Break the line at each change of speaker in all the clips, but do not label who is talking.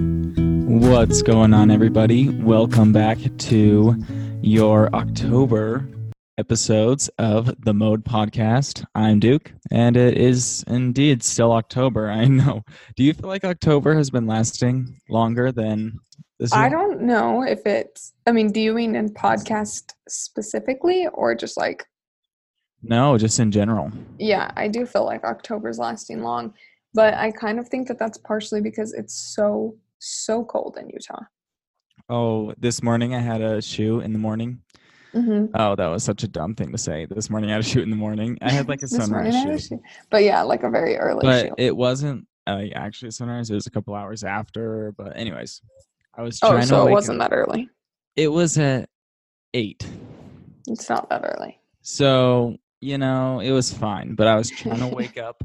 What's going on, everybody? Welcome back to your October episodes of the Mode Podcast. I'm Duke, and it is indeed still October. I know. Do you feel like October has been lasting longer than this year?
I don't know if it's, I mean, do you mean in podcast specifically or just like,
No, just in general.
yeah, I do feel like October's lasting long, but I kind of think that that's partially because it's so, so cold in Utah.
Oh, this morning I had a shoe in the morning.
Mm-hmm.
Oh, that was such a dumb thing to say. This morning I had a shoot in the morning. I had like a sunrise shoot.
But yeah, like a very early
but
shoe.
it wasn't uh, actually sunrise. It was a couple hours after. But anyways, I was trying
Oh,
to.
so it
wake
wasn't
Up.
that early.
It was at eight,
It's not that early.
so you know it was fine. But I was trying to wake up.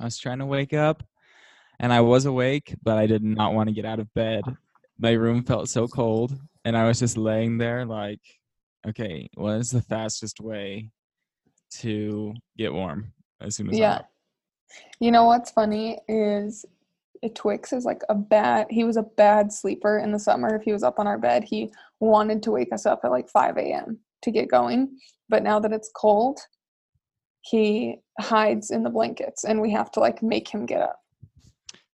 I was trying to wake up, and I was awake, but I did not want to get out of bed. My room felt so cold, and I was just laying there like, okay, what is the fastest way to get warm as soon as I'm
Yeah.
up?
You know what's funny is uh, Twix is like a bad he was a bad sleeper in the summer. If he was up on our bed, he wanted to wake us up at like five AM to get going. But now that it's cold, he hides in the blankets and we have to like make him get up.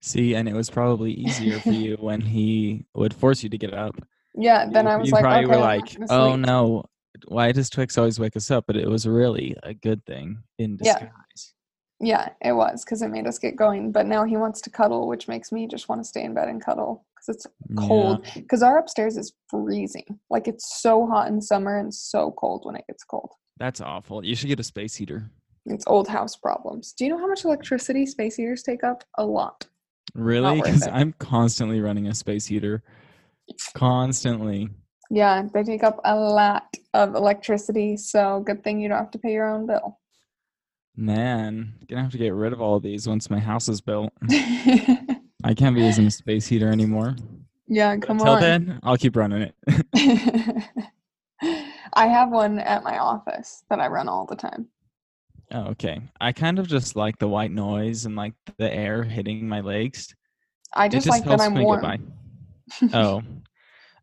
See, and it was probably easier for you when he would force you to get up.
Yeah, Uh, then
you,
I was
you
like,
probably
okay,
were
I'm not
like,
gonna
oh
sleep."
no, why does Twix always wake us up? But it was really a good thing in
Yeah.
disguise.
Yeah, it was because it made us get going. But now he wants to cuddle, which makes me just want to stay in bed and cuddle because it's
Yeah.
cold because our upstairs is freezing like it's so hot in summer and so cold when it gets cold
That's awful. You should get a space heater.
it's old house problems do you know how much electricity space heaters take up a lot
Really?
worth
Because
it.
I'm constantly running a space heater. Constantly.
yeah they take up a lot of electricity so good thing you don't have to pay your own bill
Man, gonna have to get rid of all these once my house is built. I can't be using a space heater anymore.
yeah
But
come
Until
on
then, I'll keep running it.
i have one at my office that i run all the time
Oh, okay. I kind of just like the white noise and like the air hitting my legs.
i
It
just, like that i'm warm
Oh,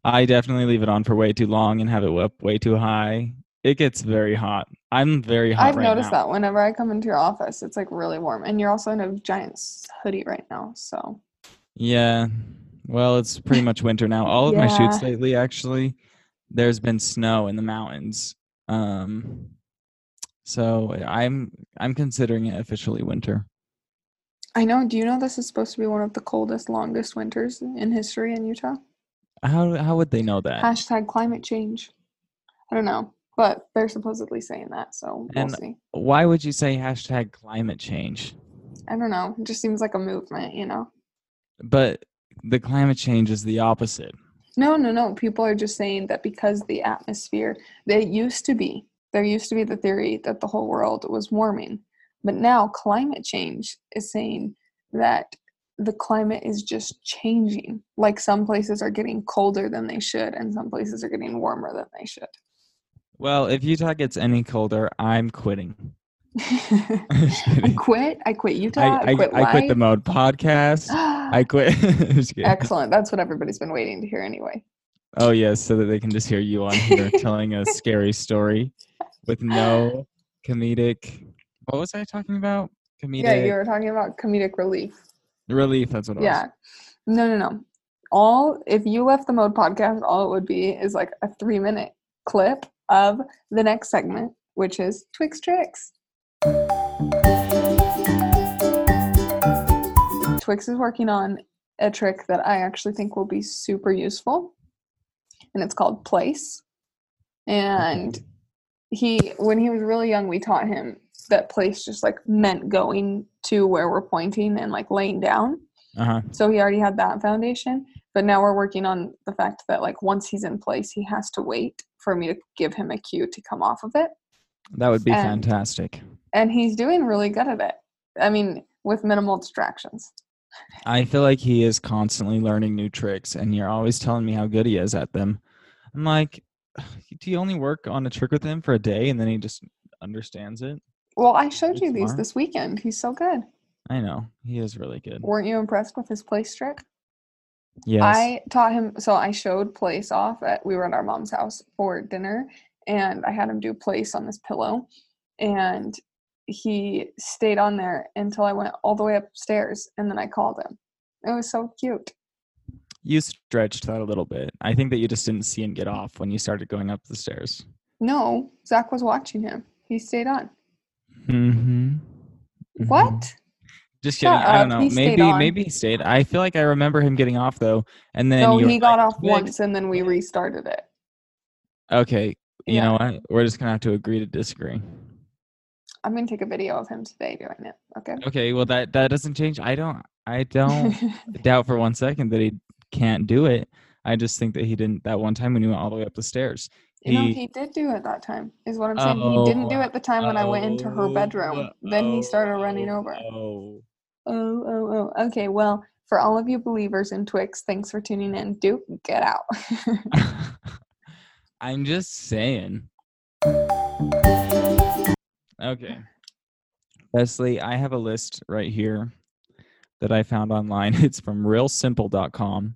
I definitely leave it on for way too long and have it up way too high. It gets very hot. I'm very hot
I've
right
noticed
now.
that whenever I come into your office, it's like really warm, and you're also in a giant s- hoodie right now. So
Yeah. Well, it's pretty much winter now. All of my shoots
Yeah.
lately, actually, there's been snow in the mountains. Um, so I'm I'm considering it officially winter.
I know. Do you know this is supposed to be one of the coldest, longest winters in history in Utah?
How how would they know that?
Hashtag climate change. I don't know, but they're supposedly saying that, so we'll
And-
see.
Why would you say hashtag climate change?
I don't know. It just seems like a movement, you know.
But the climate change is the opposite.
No, no, no. People are just saying that because the atmosphere, they used to be, there used to be the theory that the whole world was warming. But now climate change is saying that the climate is just changing. Like some places are getting colder than they should, and some places are getting warmer than they
Well, if Utah gets any colder, I'm quitting.
should.
Just
I
kidding.
quit. I quit Utah.
I,
I,
I,
quit
I quit the
life.
mode podcast. I quit. Just kidding.
Excellent. That's what everybody's been waiting to hear anyway.
Oh yes, so that they can just hear you on here telling a scary story with no comedic. What was I talking about? Comedic
Yeah, you were talking about comedic relief.
relief. That's what it
Yeah.
was.
No, no, no. All if you left the mode podcast, all it would be is like a three minute clip of the next segment, which is Twix Tricks. Twix is working on a trick that I actually think will be super useful, and it's called place. And he, when he was really young, we taught him that place just like meant going to where we're pointing and like laying down.
Uh huh.
So he already had that foundation, but now we're working on the fact that like once he's in place, he has to wait for me to give him a cue to come off of it,
That would be
And-
fantastic.
and he's doing really good at it. I mean, with minimal distractions.
I feel like he is constantly learning new tricks, and you're always telling me how good he is at them. I'm like, do you only work on a trick with him for a day, and then he just understands it?
Well, I showed
That's
you these
smart.
this weekend. He's so good.
I know. He is really good.
Weren't you impressed with his place trick?
Yes.
I taught him, so I showed place off at, we were at our mom's house for dinner, and I had him do place on this pillow. And he stayed on there until I went all the way upstairs, and then I called him. It was so cute.
you stretched that a little bit. I think that you just didn't see him get off when you started going up the stairs.
No, Zach was watching him. He stayed on.
Mm-hmm.
What?
Just
Shut
kidding. I
up.
don't know.
He stayed
maybe
on.
maybe he stayed. I feel like I remember him getting off though, and then
No,
you were
he got
like,
off
"Wait."
once, and then we restarted it.
Okay, you
Yeah.
know what? We're just gonna have to agree to disagree.
I'm gonna take a video of him today doing it. Okay.
Okay, well that that doesn't change. I don't I don't doubt for one second that he can't do it. I just think that he didn't that one time when he went all the way up the stairs.
You know,
He-
he did do it that time, is what I'm saying. he didn't do
Oh,
it the time when I went into her bedroom. then he started running over.
Oh,
uh, Oh, oh, oh. Okay, well, for all of you believers in Twix, thanks for tuning in. Duke, get out.
I'm just saying. Okay. Leslie, I have a list right here that I found online. It's from realsimple.com.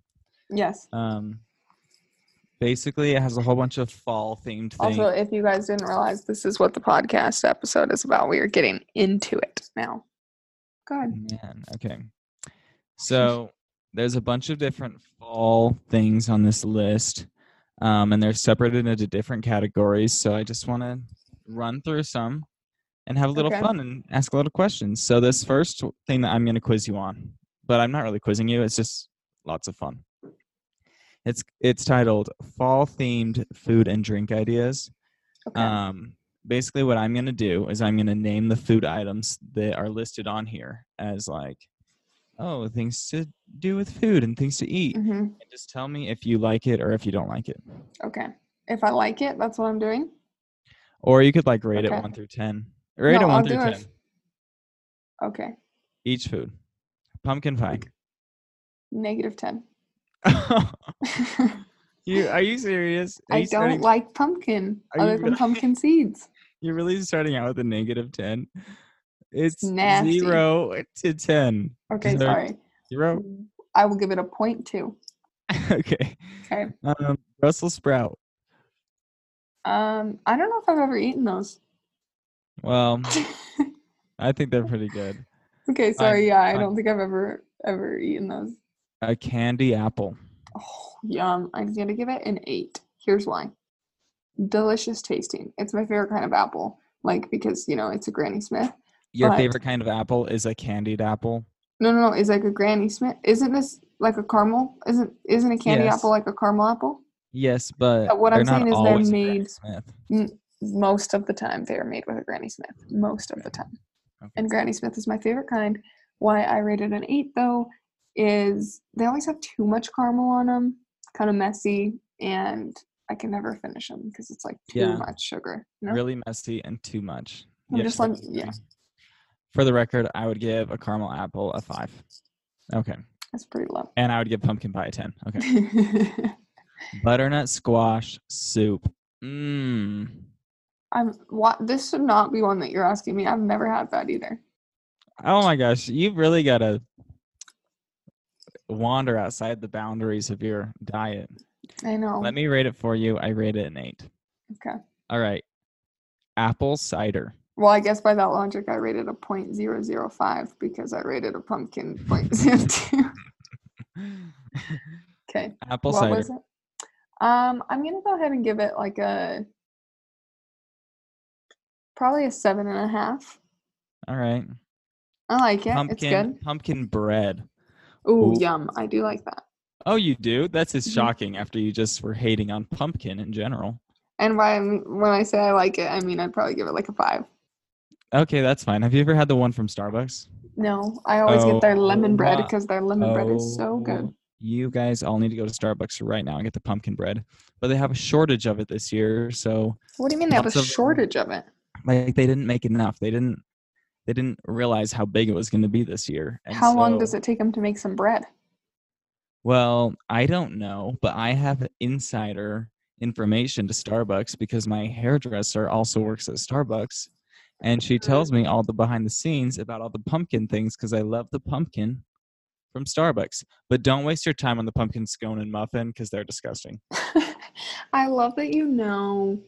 yes.
Um, basically, it has a whole bunch of fall themed things.
Also, if you guys didn't realize, this is what the podcast episode is about. We are getting into it now. Good.
Man, okay. So there's a bunch of different fall things on this list, um, and they're separated into different categories. So I just want to run through some and have a little
Okay.
fun and ask a lot of questions. So this first thing that I'm going to quiz you on, but I'm not really quizzing you. It's just lots of fun. It's it's titled fall themed food and drink ideas.
Okay.
Um, basically, what I'm going to do is I'm going to name the food items that are listed on here as like, oh, things to do with food and things to eat.
hmm
And just tell me if you like it or if you don't like it.
Okay. If I like it, that's what I'm doing.
Or you could like rate
Okay.
it one through 10. Rate
No,
it one
I'll
through
do
10.
it. Okay.
Each food. Pumpkin pie.
Negative 10.
you are you serious? Are
I
you
don't
starting-
like pumpkin
Are
other
you
than
really-
pumpkin seeds.
You're really starting out with a negative 10. It's
nasty.
zero to 10.
Okay,
Dessert.
sorry.
Zero.
I will give it a point two.
okay.
Okay.
Um, Brussels sprout.
Um, I don't know if I've ever eaten those.
Well, I think they're pretty good.
okay, sorry. yeah, I
fine.
don't think I've ever ever eaten those.
A candy apple.
Oh, yum! I'm gonna give it an eight. Here's why: delicious tasting. It's my favorite kind of apple, like because you know it's a Granny Smith.
Your
But-
favorite kind of apple is a candied apple.
No, no, no. It's like a Granny Smith. Isn't this like a caramel? Isn't isn't a candy
Yes.
apple like a caramel apple?
Yes, but
Uh, what I'm
they're not
saying is they're
always a Granny
made-
Smith.
Most of the time, they are made with a Granny Smith. Most of the time.
Okay.
and Granny Smith is my favorite kind. Why I rated an eight though is they always have too much caramel on them, kind of messy, and I can never finish them because it's like too
Yeah.
much sugar. you know?
Really messy and too much.
I'm just like-
totally
yeah.
agree. For the record, I would give a caramel apple a five. Okay.
That's pretty low.
And I would give pumpkin pie a 10. Okay. Butternut squash soup. Mmm.
I'm what this should not be one that you're asking me. I've never had that either.
Oh my gosh. You've really got to wander outside the boundaries of your diet.
I know.
Let me rate it for you. I rate it an eight.
Okay.
All right. Apple cider.
Well, I guess by that logic, I rated a point zero zero five because I rated a pumpkin point zero two. Okay.
Apple
what
cider.
was it? Um, I'm gonna go ahead and give it like a probably a seven and a half.
All right.
I like it.
pumpkin
It's
pumpkin bread.
good. Ooh,
ooh.
yum! I do like that.
Oh, you do? That's just
Mhm.
shocking after you just were hating on pumpkin in general.
And why I'm, when I say I like it, I mean I'd probably give it like a five.
Okay, that's fine. Have you ever had the one from Starbucks?
No, I always get their lemon bread
Oh,
because their lemon bread is so good.
Oh, You guys all need to go to Starbucks right now and get the pumpkin bread. But they have a shortage of it this year, so
What do you mean they have a
lots of-
shortage of it?
like they didn't make enough. They didn't they didn't realize how big it was going to be this year. And
How long does
so-
it take them to make some bread?
Well, I don't know, but I have insider information to Starbucks because my hairdresser also works at Starbucks. and she tells me all the behind the scenes about all the pumpkin things because I love the pumpkin from Starbucks. But don't waste your time on the pumpkin scone and muffin because they're disgusting.
I love that you know.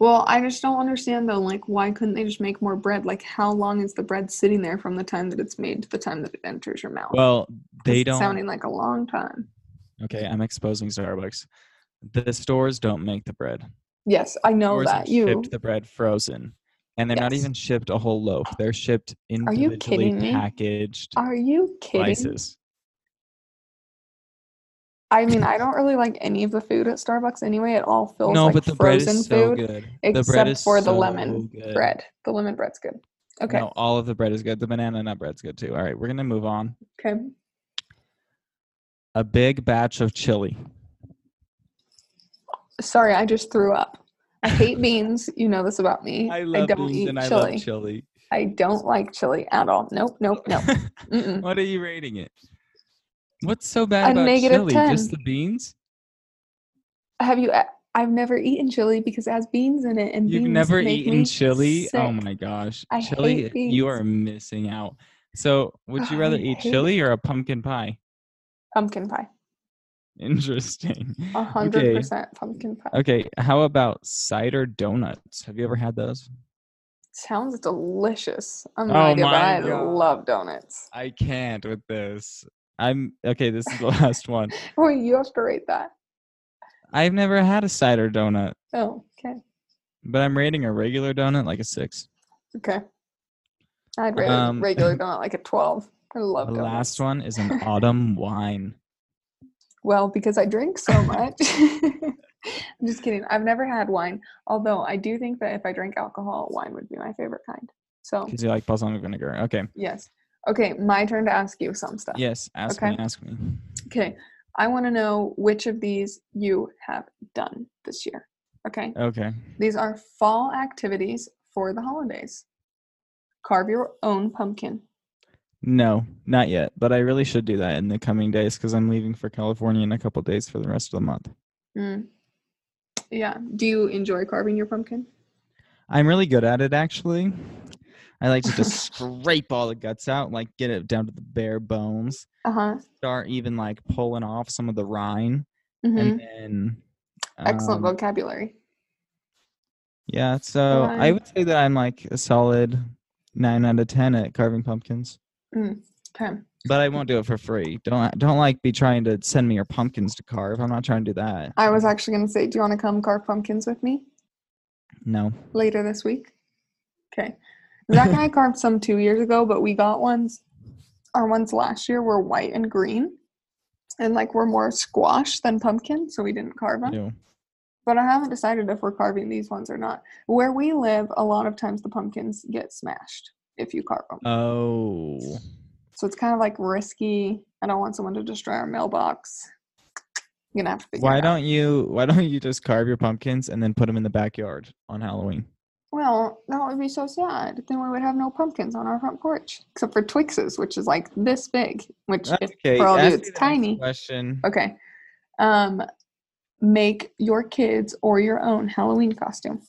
Well, I just don't understand though. Like, why couldn't they just make more bread? Like, how long is the bread sitting there from the time that it's made to the time that it enters your mouth?
Well,
'Cause
they
it's
don't.
Sounding like a long time.
okay, I'm exposing Starbucks. The stores don't make the bread.
Yes, I know
Stores have
that you.
shipped the bread frozen, and they're not
Yes.
even shipped a whole loaf. They're shipped
you
individually
kidding me?
packaged
Are you kidding?
slices.
I mean, I don't really like any of the food at Starbucks anyway. It all feels
no,
like
but the bread
frozen
is so
food,
good. the bread
except
is
for the
so
lemon
good.
bread. The lemon bread's good. Okay.
No, all of the bread is good. The banana nut bread's good too. All right, we're gonna move on.
Okay.
A big batch of chili.
Sorry, I just threw up. I hate beans. You know this about me.
I love
don't
beans
eat
and I
chili.
love chili.
I don't like chili at all. Nope, nope, nope. Mm-mm.
what are you rating it? What's so bad
A
about
negative
chili?
10.
Just the beans?
Have you? uh, I've never eaten chili because it has beans in it, and
You've
beans
never
make
eaten
me
chili? Oh
sick.
my gosh.
I
chili,
hate
you
beans.
are missing out. So, would you
Oh,
rather
I
eat
hate
chili or a pumpkin pie?
Pumpkin pie,
Interesting.
a hundred
Okay.
percent pumpkin pie.
Okay, how about cider donuts? Have you ever had those?
Sounds delicious. I'm
Oh
not but
my
I
God.
love donuts.
I can't with this. I'm okay, this is the last one.
Wait, you have to rate that.
I've never had a cider donut,
Oh, okay,
but I'm rating a regular donut like a 6.
okay. I'd rate a
Um,
regular donut like a twelve. I love
The
donuts.
last one is an autumn wine.
Well, because I drink so much. I'm just kidding. I've never had wine, although I do think that if I drank alcohol, wine would be my favorite kind. So,
Because you like balsamic vinegar. Okay.
yes. Okay, my turn to ask you some stuff.
Yes. Ask me.
Okay.
Ask me.
Okay, I want to know which of these you have done this year. Okay,
Okay.
these are fall activities for the holidays. Carve your own pumpkin.
No, not yet. But I really should do that in the coming days because I'm leaving for California in a couple days for the rest of the month.
Mm. Yeah. Do you enjoy carving your pumpkin?
I'm really good at it, actually. I like to just scrape all the guts out, like get it down to the bare bones.
Uh huh.
Start even like pulling off some of the rind,
hmm
and then
Excellent
um,
vocabulary.
Yeah, so I
Right.
would say that I'm like a solid nine out of ten at carving pumpkins,
Okay.
but I won't do it for free. Don't uh, don't like be trying to send me your pumpkins to carve. I'm not trying to do that.
I was actually going to say, do you want to come carve pumpkins with me
No,
later this week? Okay. Zach and I carved some two years ago, but we got ones. Our ones last year were white and green, and like were more squash than pumpkin, so we didn't carve them.
no.
But I haven't decided if we're carving these ones or not. Where we live, a lot of times the pumpkins get smashed if you carve them.
Oh,
So it's kind of like risky. I don't want someone to destroy our mailbox. I'm gonna have to figure
why
it out.
don't you why don't you just carve your pumpkins and then put them in the backyard on Halloween?
Well, that would be so sad. Then we would have no pumpkins on our front porch, except for Twixes, which is like this big. Which, if,
Okay,
for all of
ask
you,
me
it's
the next
tiny.
Question.
Okay. Um, make your kids or your own Halloween costume.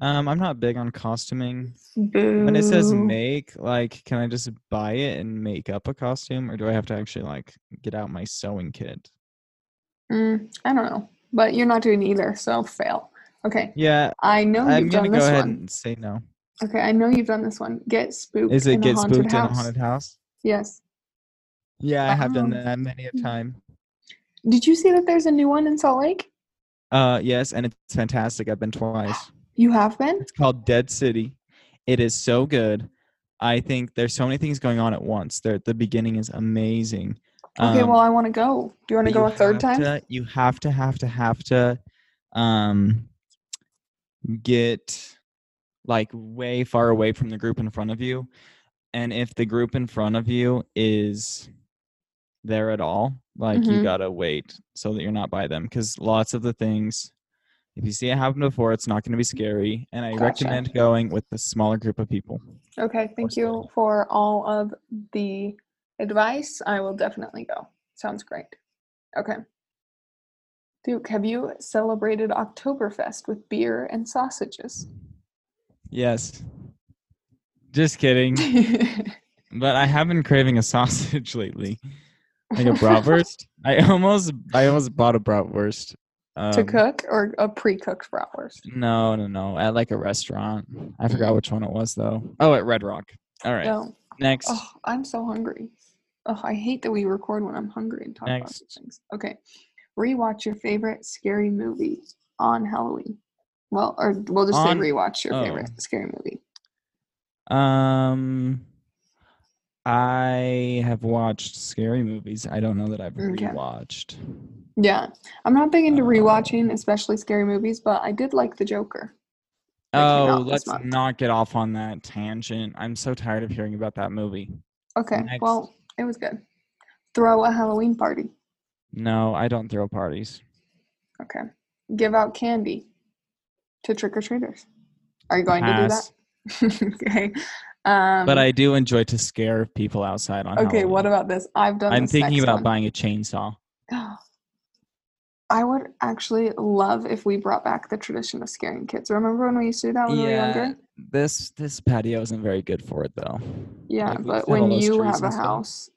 Um, I'm not big on costuming.
Boo.
When it says make, like, can I just buy it and make up a costume, or do I have to actually like get out my sewing kit?
Mm, I don't know, but you're not doing either, so fail. Okay.
Yeah,
I know
I'm
you've done
gonna go
this
ahead
one.
and say no.
Okay, I know you've done this one. Get spooked
Is it
in
get
a haunted
spooked in a
house.
haunted house?
Yes.
Yeah, I have done
Wow.
that many
hmm.
a time.
Did you see that there's a new one in Salt Lake?
Uh, yes, and it's fantastic. I've been twice.
You have been?
It's called Dead City. It is so good. I think there's so many things going on at once. There, the beginning is amazing.
Okay,
Um,
well, I want to go. Do you want
but
to
you
go a third
have
time?
to- you have to have to have to um get like way far away from the group in front of you. And if the group in front of you is there at all, like you
Mhm.
gotta wait so that you're not by them. Because lots of the things, if you see it happen before, it's not gonna be scary. And I
Gotcha.
recommend going with a smaller group of people.
Okay, thank
course I
you
will.
for all of the advice. I will definitely go. Sounds great. Okay. Duke, have you celebrated Oktoberfest with beer and sausages?
Yes. Just kidding. But I have been craving a sausage lately, like a bratwurst. I almost, I almost bought a bratwurst. Um,
to cook or a pre-cooked bratwurst.
No, no, no. At like a restaurant. I forgot which one it was though. Oh, at Red Rock. All right.
No.
Next.
Oh, I'm so hungry. Oh, I hate that we record when I'm hungry and talk about these
Next.
things. Okay. Rewatch your favorite scary movie on Halloween. Well, or we'll just
On-
say rewatch your
oh.
favorite scary movie. Oh.
Um, I have watched scary movies. I don't know that I've
Okay.
rewatched.
Yeah. I'm not big into
Uh,
rewatching, especially scary movies, but I did like The Joker. that came
Oh,
out this
let's
month.
not get off on that tangent. I'm so tired of hearing about that movie.
Okay.
Next.
Well, it was good. Throw a Halloween party.
No, I don't throw parties.
Okay. Give out candy to trick or treaters. Are you going
Pass.
to do that? okay. Um,
But I do enjoy to scare people outside on
Okay,
Halloween.
what about this? I've done.
I'm
this
thinking
next
about
one.
buying a chainsaw.
I would actually love if we brought back the tradition of scaring kids. Remember when we used to do that when we were
Yeah,
younger?
this this patio isn't very good for it though.
Yeah,
Like, we
but
just have all
when
those
you
trees
have a
and stuff.
house,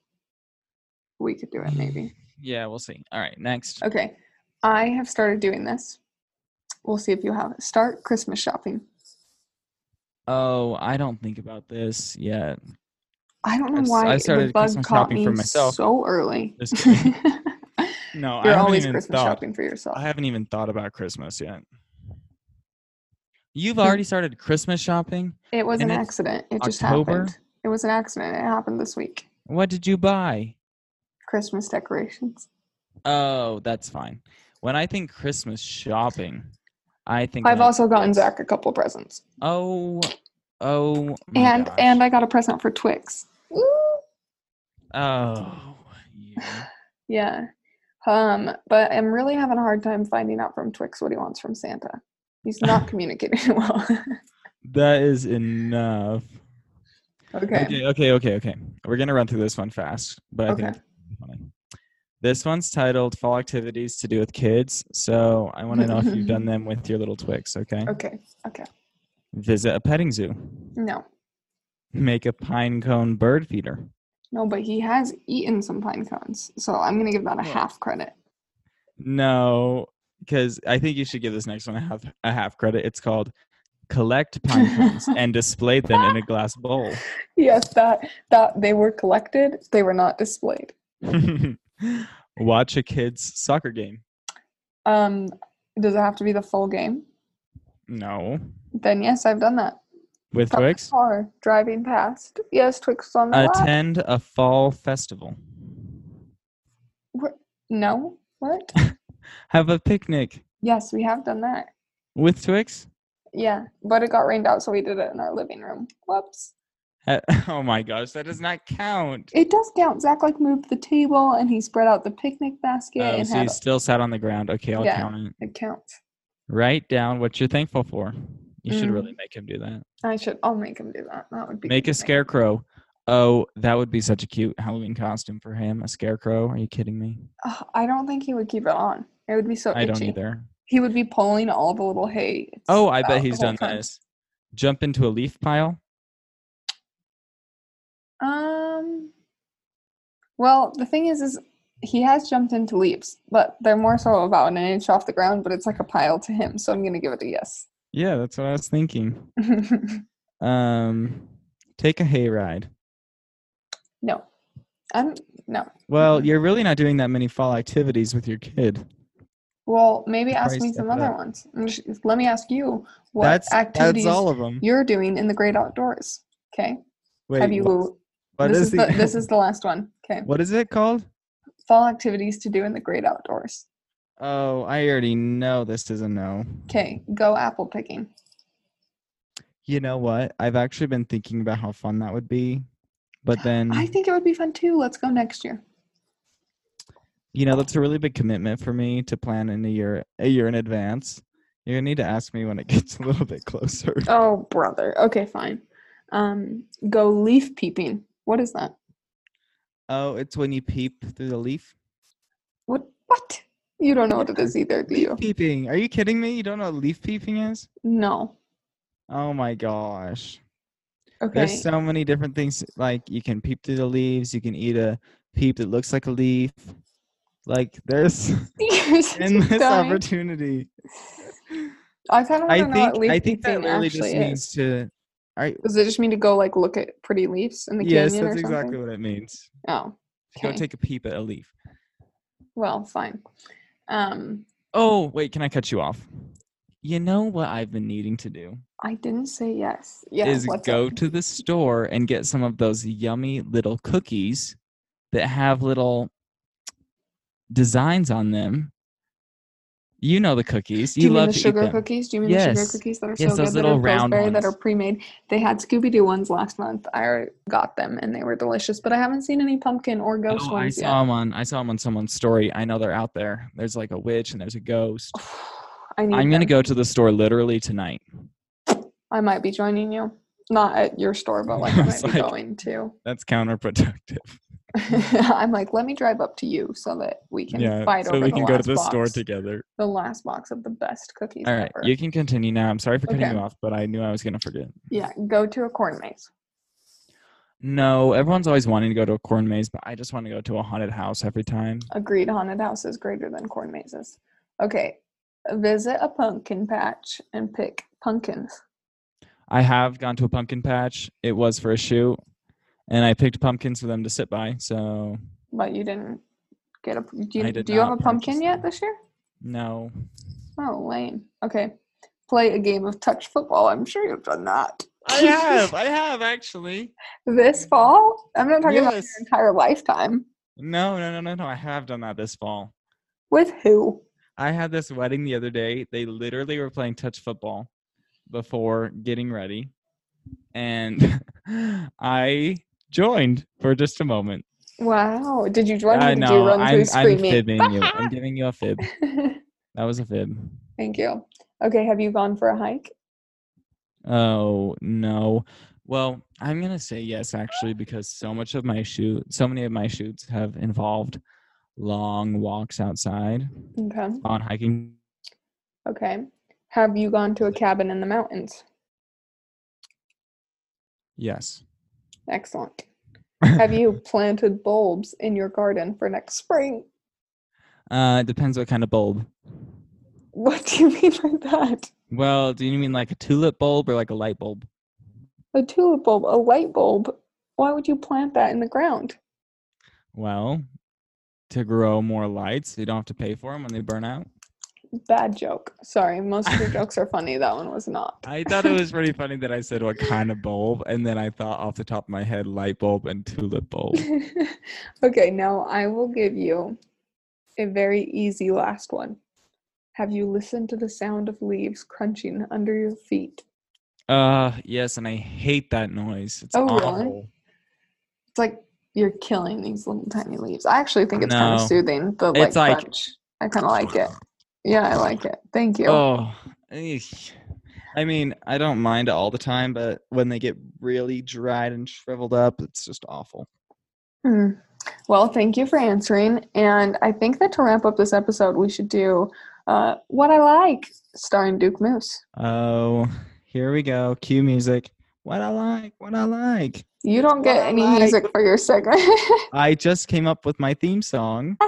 we could do it maybe.
Yeah, we'll see. All right, next.
Okay, I have started doing this. We'll see if you have it. Start Christmas shopping.
Oh, I don't think about this yet.
I don't
I
know
s-
why
I
the
started
bug
Christmas
caught
shopping
me
for myself.
so early.
Just kidding. No, I
You're
haven't
always
even
Christmas
thought.
shopping for yourself.
I haven't even thought about Christmas yet. You've already started Christmas shopping.
It was
And
an
it's
accident. It just
October?
happened. It was an accident. It happened this week.
What did you buy?
Christmas decorations.
Oh, that's fine. When I think Christmas shopping, I think
I've
like,
also gotten Zach a couple presents,
oh oh my
and
gosh.
and I got a present for Twix.
oh you.
Yeah, um, but I'm really having a hard time finding out from Twix what he wants from Santa. He's not communicating well.
that is enough.
okay.
Okay, okay, okay, okay. We're gonna run through this one fast, but I think
Okay.
it's funny. This one's titled "Fall Activities to Do with Kids," so I want to know if you've done them with your little Twix. Okay.
Okay. Okay.
Visit a petting zoo.
No.
Make a pine cone bird feeder.
No, but he has eaten some pine cones, so I'm gonna give that a
Yeah.
half credit.
No, because I think you should give this next one a half a half credit. It's called "Collect Pine Cones and Display Them in a Glass Bowl."
Yes, that that they were collected, they were not displayed.
Watch a kid's soccer game.
Um, does it have to be the full game?
No,
Then yes, I've done that.
with
From the
Twix. Uh,
car driving past. Yes, Twix was on the lap.
Attend a fall festival.
No. What?
Have a picnic
yes, we have done that.
with Twix.
Yeah, but it got rained out, so we did it in our living room. Whoops.
Uh, oh my gosh, that does not count.
It does count. Zach like moved the table and he spread out the picnic basket
Oh,
and
so you
had
still sat on the ground. Okay, I'll
Yeah.
count it.
it counts.
Write down what you're thankful for. You should really make him do that.
I should. I'll Mm. make him do that. That would be
Make a
confusing.
scarecrow. Oh, that would be such a cute Halloween costume for him. A scarecrow? Are you kidding me?
Ugh, I don't think he would keep it on. It would be so.
I don't
Oh, itchy.
either.
He would be pulling all the little hay.
Oh, I bet
out the
he's
whole
done
time.
this. Jump into a leaf pile.
Um. Well, the thing is, is he has jumped into leaps, but they're more so about an inch off the ground. But it's like a pile to him, so I'm gonna give it a yes.
Yeah, that's what I was thinking. Um, take a hayride.
no, I'm no.
Well,
Mhm.
you're really not doing that many fall activities with your kid.
Well, maybe ask
Price
me
that
some
up.
other ones. Mm, sh- Let me ask you what
that's
activities
that's all of them.
you're doing in the great outdoors. Okay,
Wait,
have you?
what, what
this
is, the,
this is the last one. Okay,
what is it called?
fall activities to do in the great outdoors.
Oh, I already know this is a no.
Okay, go apple picking.
You know what? I've actually been thinking about how fun that would be, but then
I think it would be fun too. Let's go next year.
you know that's a really big commitment for me to plan in a year a year in advance. You're gonna need to ask me when it gets a little bit closer.
Oh, brother. Okay, fine. Um, go leaf peeping. What is that?
Oh, it's when you peep through the leaf.
What? What? You don't know what it is either, do
Leaf
you?
peeping? Are you kidding me? You don't know what leaf peeping is?
No.
Oh my gosh.
Okay.
There's so many different things. Like you can peep through the leaves. You can eat a peep that looks like a leaf. Like there's
You're such a
endless
dummy.
opportunity.
I kind of
I
want to know what
think
leaf
I think that
peeping
really
actually
just
is.
means to.
Does it just mean to go like look at pretty leaves in the
Yes,
canyon
that's
or something?
exactly what it means.
Oh,
To Go
Okay.
take a peep at a leaf.
well, fine. Um,
Oh wait, can I cut you off? You know what I've been needing to do
I didn't say yes. Yeah,
is
what's
go
up?
to the store and get some of those yummy little cookies that have little designs on them. You know the cookies.
Do
you
mean
love
the
to eat
sugar
them.
cookies? Do you mean the
Yes.
sugar cookies that are
Yes,
so
those
good
little
that are
round
Pillsbury that are
ones.
pre-made? They had Scooby Doo ones last month. I got them and they were delicious, but I haven't seen any pumpkin or ghost
Oh, I
ones
saw them on I saw 'em on someone's story. I know they're out there. There's like a witch and there's a ghost.
yet. I need
I'm gonna
them.
go to the store literally tonight.
I might be joining you. Not at your store, but like I might
It's
be
like-
going to.
That's counterproductive.
I'm like, let me drive up to you so that we can
Yeah,
fight
so
over
we
the
can go to
last
the store
box-
together.
the last box of the best cookies
All right,
ever.
you can continue now. I'm sorry for cutting
Okay.
you off, but I knew I was gonna forget.
Yeah, go to a corn maze.
No, everyone's always wanting to go to a corn maze, but I just want to go to a haunted house every time.
Agreed, haunted house is greater than corn mazes. Okay, visit a pumpkin patch and pick pumpkins.
I have gone to a pumpkin patch. It was for a shoot, and I picked pumpkins for them to sit by. So
But you didn't get a. Do
I
you,
did
do you have a
not
pumpkin
purchase
yet
them.
this year?
no,
Oh, lame. Okay, play a game of touch football. I'm sure you've done that.
I have actually.
this fall. I'm not talking about
Yes.
your entire lifetime.
No, no, no, no, no. I have done that this fall.
With who?
I had this wedding the other day. They literally were playing touch football before getting ready. And I joined for just a moment.
Wow. Did you join?
I
or Did you
know.
run
I'm,
through
I'm
screaming?
fibbing you. I'm giving you a fib. That was a fib.
Thank you. Okay, have you gone for a hike?
Oh, no. Well, I'm going to say yes, actually, because so much of my shoot, so many of my shoots have involved long walks outside
Okay.
on hiking
Okay. Have you gone to a cabin in the mountains?
Yes.
Excellent. Have you planted bulbs in your garden for next spring?
Uh, it depends what kind of bulb.
What do you mean by that?
Well, do you mean like a tulip bulb or like a light bulb?
A tulip bulb, a light bulb. Why would you plant that in the ground?
Well, to grow more lights, you don't have to pay for them when they burn out.
Bad joke. Sorry, most of your jokes are funny. That one was not.
I thought it was pretty funny that I said what kind of bulb, and then I thought off the top of my head, light bulb and tulip bulb.
okay, now I will give you a very easy last one. Have you listened to the sound of leaves crunching under your feet?
Uh, yes, and I hate that noise. It's
Oh, really?
awful.
It's like you're killing these little tiny leaves. I actually think it's kind
No.
of soothing, the like,
It's like-
crunch. I kind of like it. Yeah, I like it. Thank you.
Oh, eesh. I mean, I don't mind it all the time, but when they get really dried and shriveled up, it's just awful.
Hmm. Well, thank you for answering. And I think that to wrap up this episode, we should do uh, What I Like, starring Duke Moose.
Oh, here we go. Cue music. What I like, what I like.
You don't get
What I
any
like.
music for your segment.
I just came up with my theme song.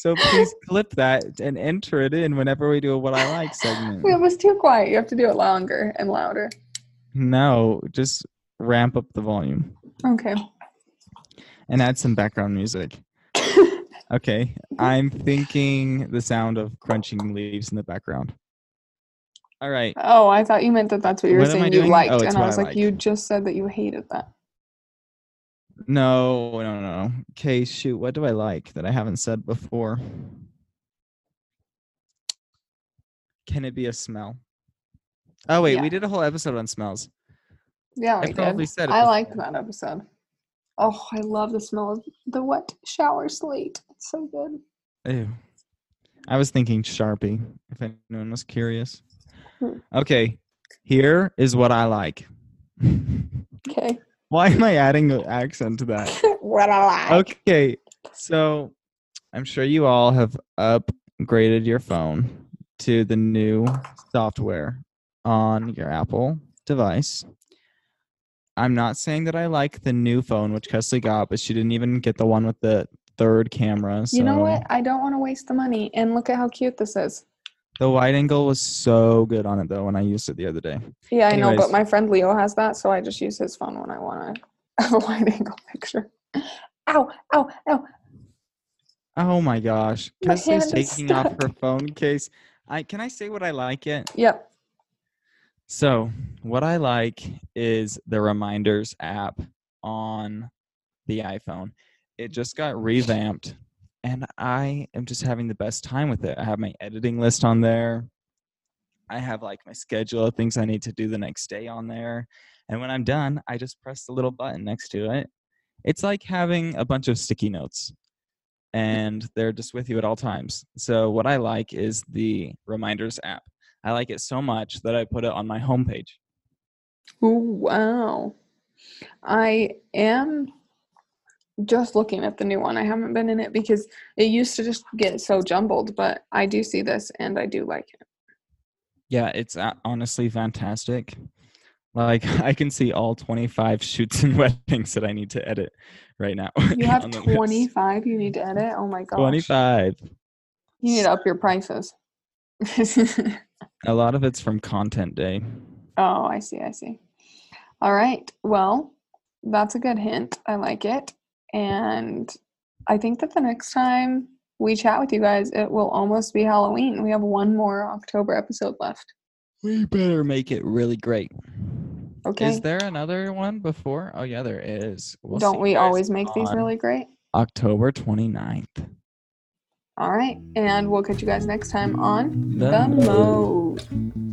So please clip that and enter it in whenever we do a what I like
it
segment.
was too quiet. You have to do it longer and louder.
No, just ramp up the volume
Okay.
and add some background music. Okay.
Mm-hmm.
I'm thinking the sound of crunching leaves in the background. All right.
oh, I thought you meant that that's what you were
What am I
saying you
doing?
liked.
Oh, it's
and I
what
was
I
like,
like.
you just said that you hated that.
No, no, no. Okay, shoot. What do I like that I haven't said before? Can it be a smell? Oh wait,
Yeah.
we did a whole episode on smells.
Yeah,
I
we
probably
did.
said it
I liked
before.
that episode. Oh, I love the smell of the wet shower slate. It's so good.
Ew. I was thinking Sharpie, if anyone was curious.
Hmm.
Okay, here is what I like.
Okay.
Why am I adding an accent to that?
what I like.
Okay, so I'm sure you all have upgraded your phone to the new software on your Apple device. I'm not saying that I like the new phone which Kesley got, but she didn't even get the one with the third camera. So
You know what? I don't want to waste the money. And look at how cute this is.
The wide angle was so good on it though when I used it the other day.
Yeah, I know,
Anyways.
but my friend Leo has that, so I just use his phone when I want to have a wide angle picture. Ow, ow, ow.
Oh my gosh.
My
Kesley's
hand is
taking off
stuck.
her phone case. I can I say what I like it?
Yep.
So, what I like is the reminders app on the iPhone. It just got revamped and I am just having the best time with it. I have my editing list on there. I have like my schedule of things I need to do the next day on there. And when I'm done, I just press the little button next to it. It's like having a bunch of sticky notes and they're just with you at all times. So, what I like is the reminders app. I like it so much that I put it on my homepage.
Ooh, wow. I am just looking at the new one. I haven't been in it because it used to just get so jumbled, but I do see this and I do like it.
Yeah, it's a- honestly fantastic. Like I can see all 25 shoots and weddings that I need to edit right now.
You have
on the list.
25 you need to edit? Oh my gosh.
25.
You need to up your prices. oh,
A lot of it's from content day.
I see. I see. All right. Well, that's a good hint. I like it. And I think that the next time we chat with you guys, it will almost be Halloween. We have one more October episode left.
We better make it really great.
Okay.
Is there another one before? Oh yeah, there is. We'll see
Don't
you
we
guys
always make these
on
really great?
October 29th.
All right. And we'll catch you guys next time on The
Mo.
Mode.